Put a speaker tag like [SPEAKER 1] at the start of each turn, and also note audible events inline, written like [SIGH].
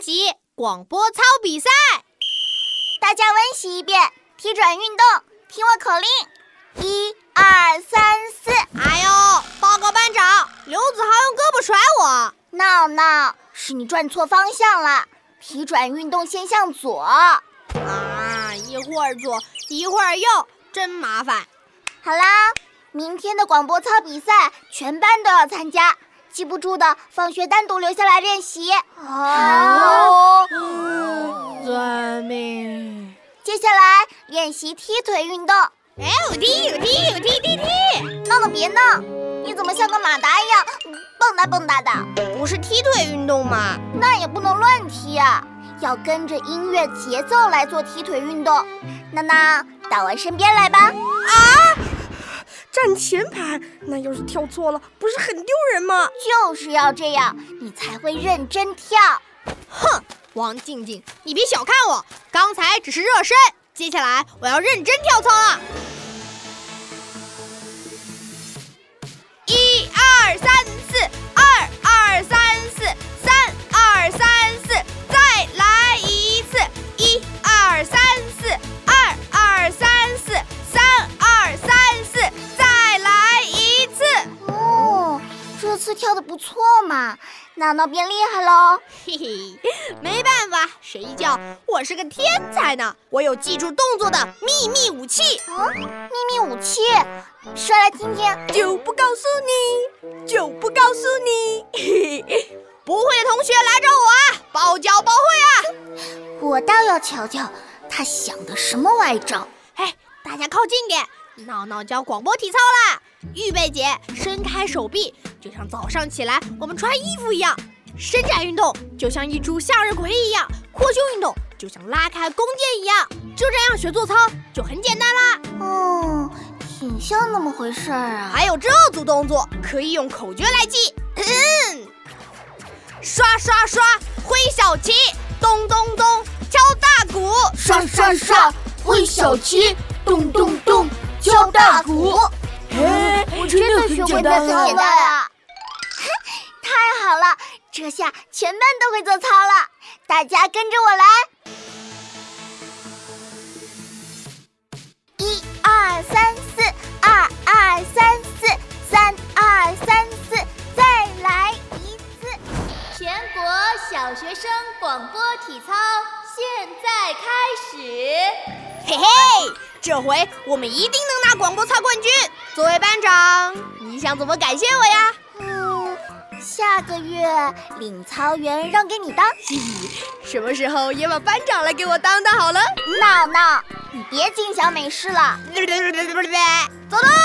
[SPEAKER 1] 级广播操比赛。
[SPEAKER 2] 大家温习一遍，踢转运动，听我口令，一二三四。
[SPEAKER 1] 哎呦，报告班长，刘子豪用胳膊甩我。
[SPEAKER 2] 闹闹，是你转错方向了，踢转运动先向左。
[SPEAKER 1] 啊，一会儿左，一会儿右，真麻烦。
[SPEAKER 2] 好啦，明天的广播操比赛全班都要参加，记不住的放学单独留下来练习。哦
[SPEAKER 1] 好，遵命。
[SPEAKER 2] 接下来练习踢腿运动。
[SPEAKER 1] 哎，我踢，我踢，我踢踢踢！
[SPEAKER 2] 闹闹别闹，你怎么像个马达一样蹦哒蹦哒的？
[SPEAKER 1] 不是踢腿运动吗？
[SPEAKER 2] 那也不能乱踢啊，要跟着音乐节奏来做踢腿运动。娜娜，到我身边来吧。
[SPEAKER 1] 啊
[SPEAKER 3] 站前排，那要是跳错了，不是很丢人吗？
[SPEAKER 2] 就是要这样，你才会认真跳。
[SPEAKER 1] 王静静，你别小看我，刚才只是热身，接下来我要认真跳操了。一二三四，二二三四，三二三四，再来一次。一二三四，二二三四，三二三四，再来一次。
[SPEAKER 2] 哦，这次跳的不错嘛，闹闹变厉害喽。
[SPEAKER 1] 嘿嘿，没办法，谁叫我是个天才呢？我有记住动作的秘密武器。
[SPEAKER 2] 哦秘密武器，说来听听。
[SPEAKER 3] 就不告诉你，就不告诉你。
[SPEAKER 1] [LAUGHS] 不会的同学来找我啊，包教包会啊！
[SPEAKER 2] 我倒要瞧瞧他想的什么歪招。
[SPEAKER 1] 哎，大家靠近点，闹闹教广播体操啦！预备姐，伸开手臂，就像早上起来我们穿衣服一样；伸展运动就像一株向日葵一样；扩胸运动就像拉开弓箭一样。就这样学做操就很简单啦。
[SPEAKER 2] 哦，挺像那么回事儿啊。
[SPEAKER 1] 还有这组动作可以用口诀来记，嗯，刷刷刷，挥小旗，咚咚咚，敲大鼓，
[SPEAKER 2] 刷刷刷，挥小旗，咚咚咚，敲大鼓。
[SPEAKER 1] 嗯
[SPEAKER 3] 哎，我真
[SPEAKER 2] 很简单啊！ [LAUGHS] 太好了，这下全班都会做操了，大家跟着我来。一二三四，二二三四，三二三四，再来一次。
[SPEAKER 4] 全国小学生广播体操现在开始。
[SPEAKER 1] 嘿嘿，这回我们一定能拿广播操冠军。作为班长，你想怎么感谢我呀？
[SPEAKER 2] 嗯，下个月领操员让给 [LAUGHS] 你当。
[SPEAKER 1] 什么时候也把班长来给我当当好了？ [LAUGHS]
[SPEAKER 2] 闹闹，你别净想美式了。
[SPEAKER 1] 走喽！哎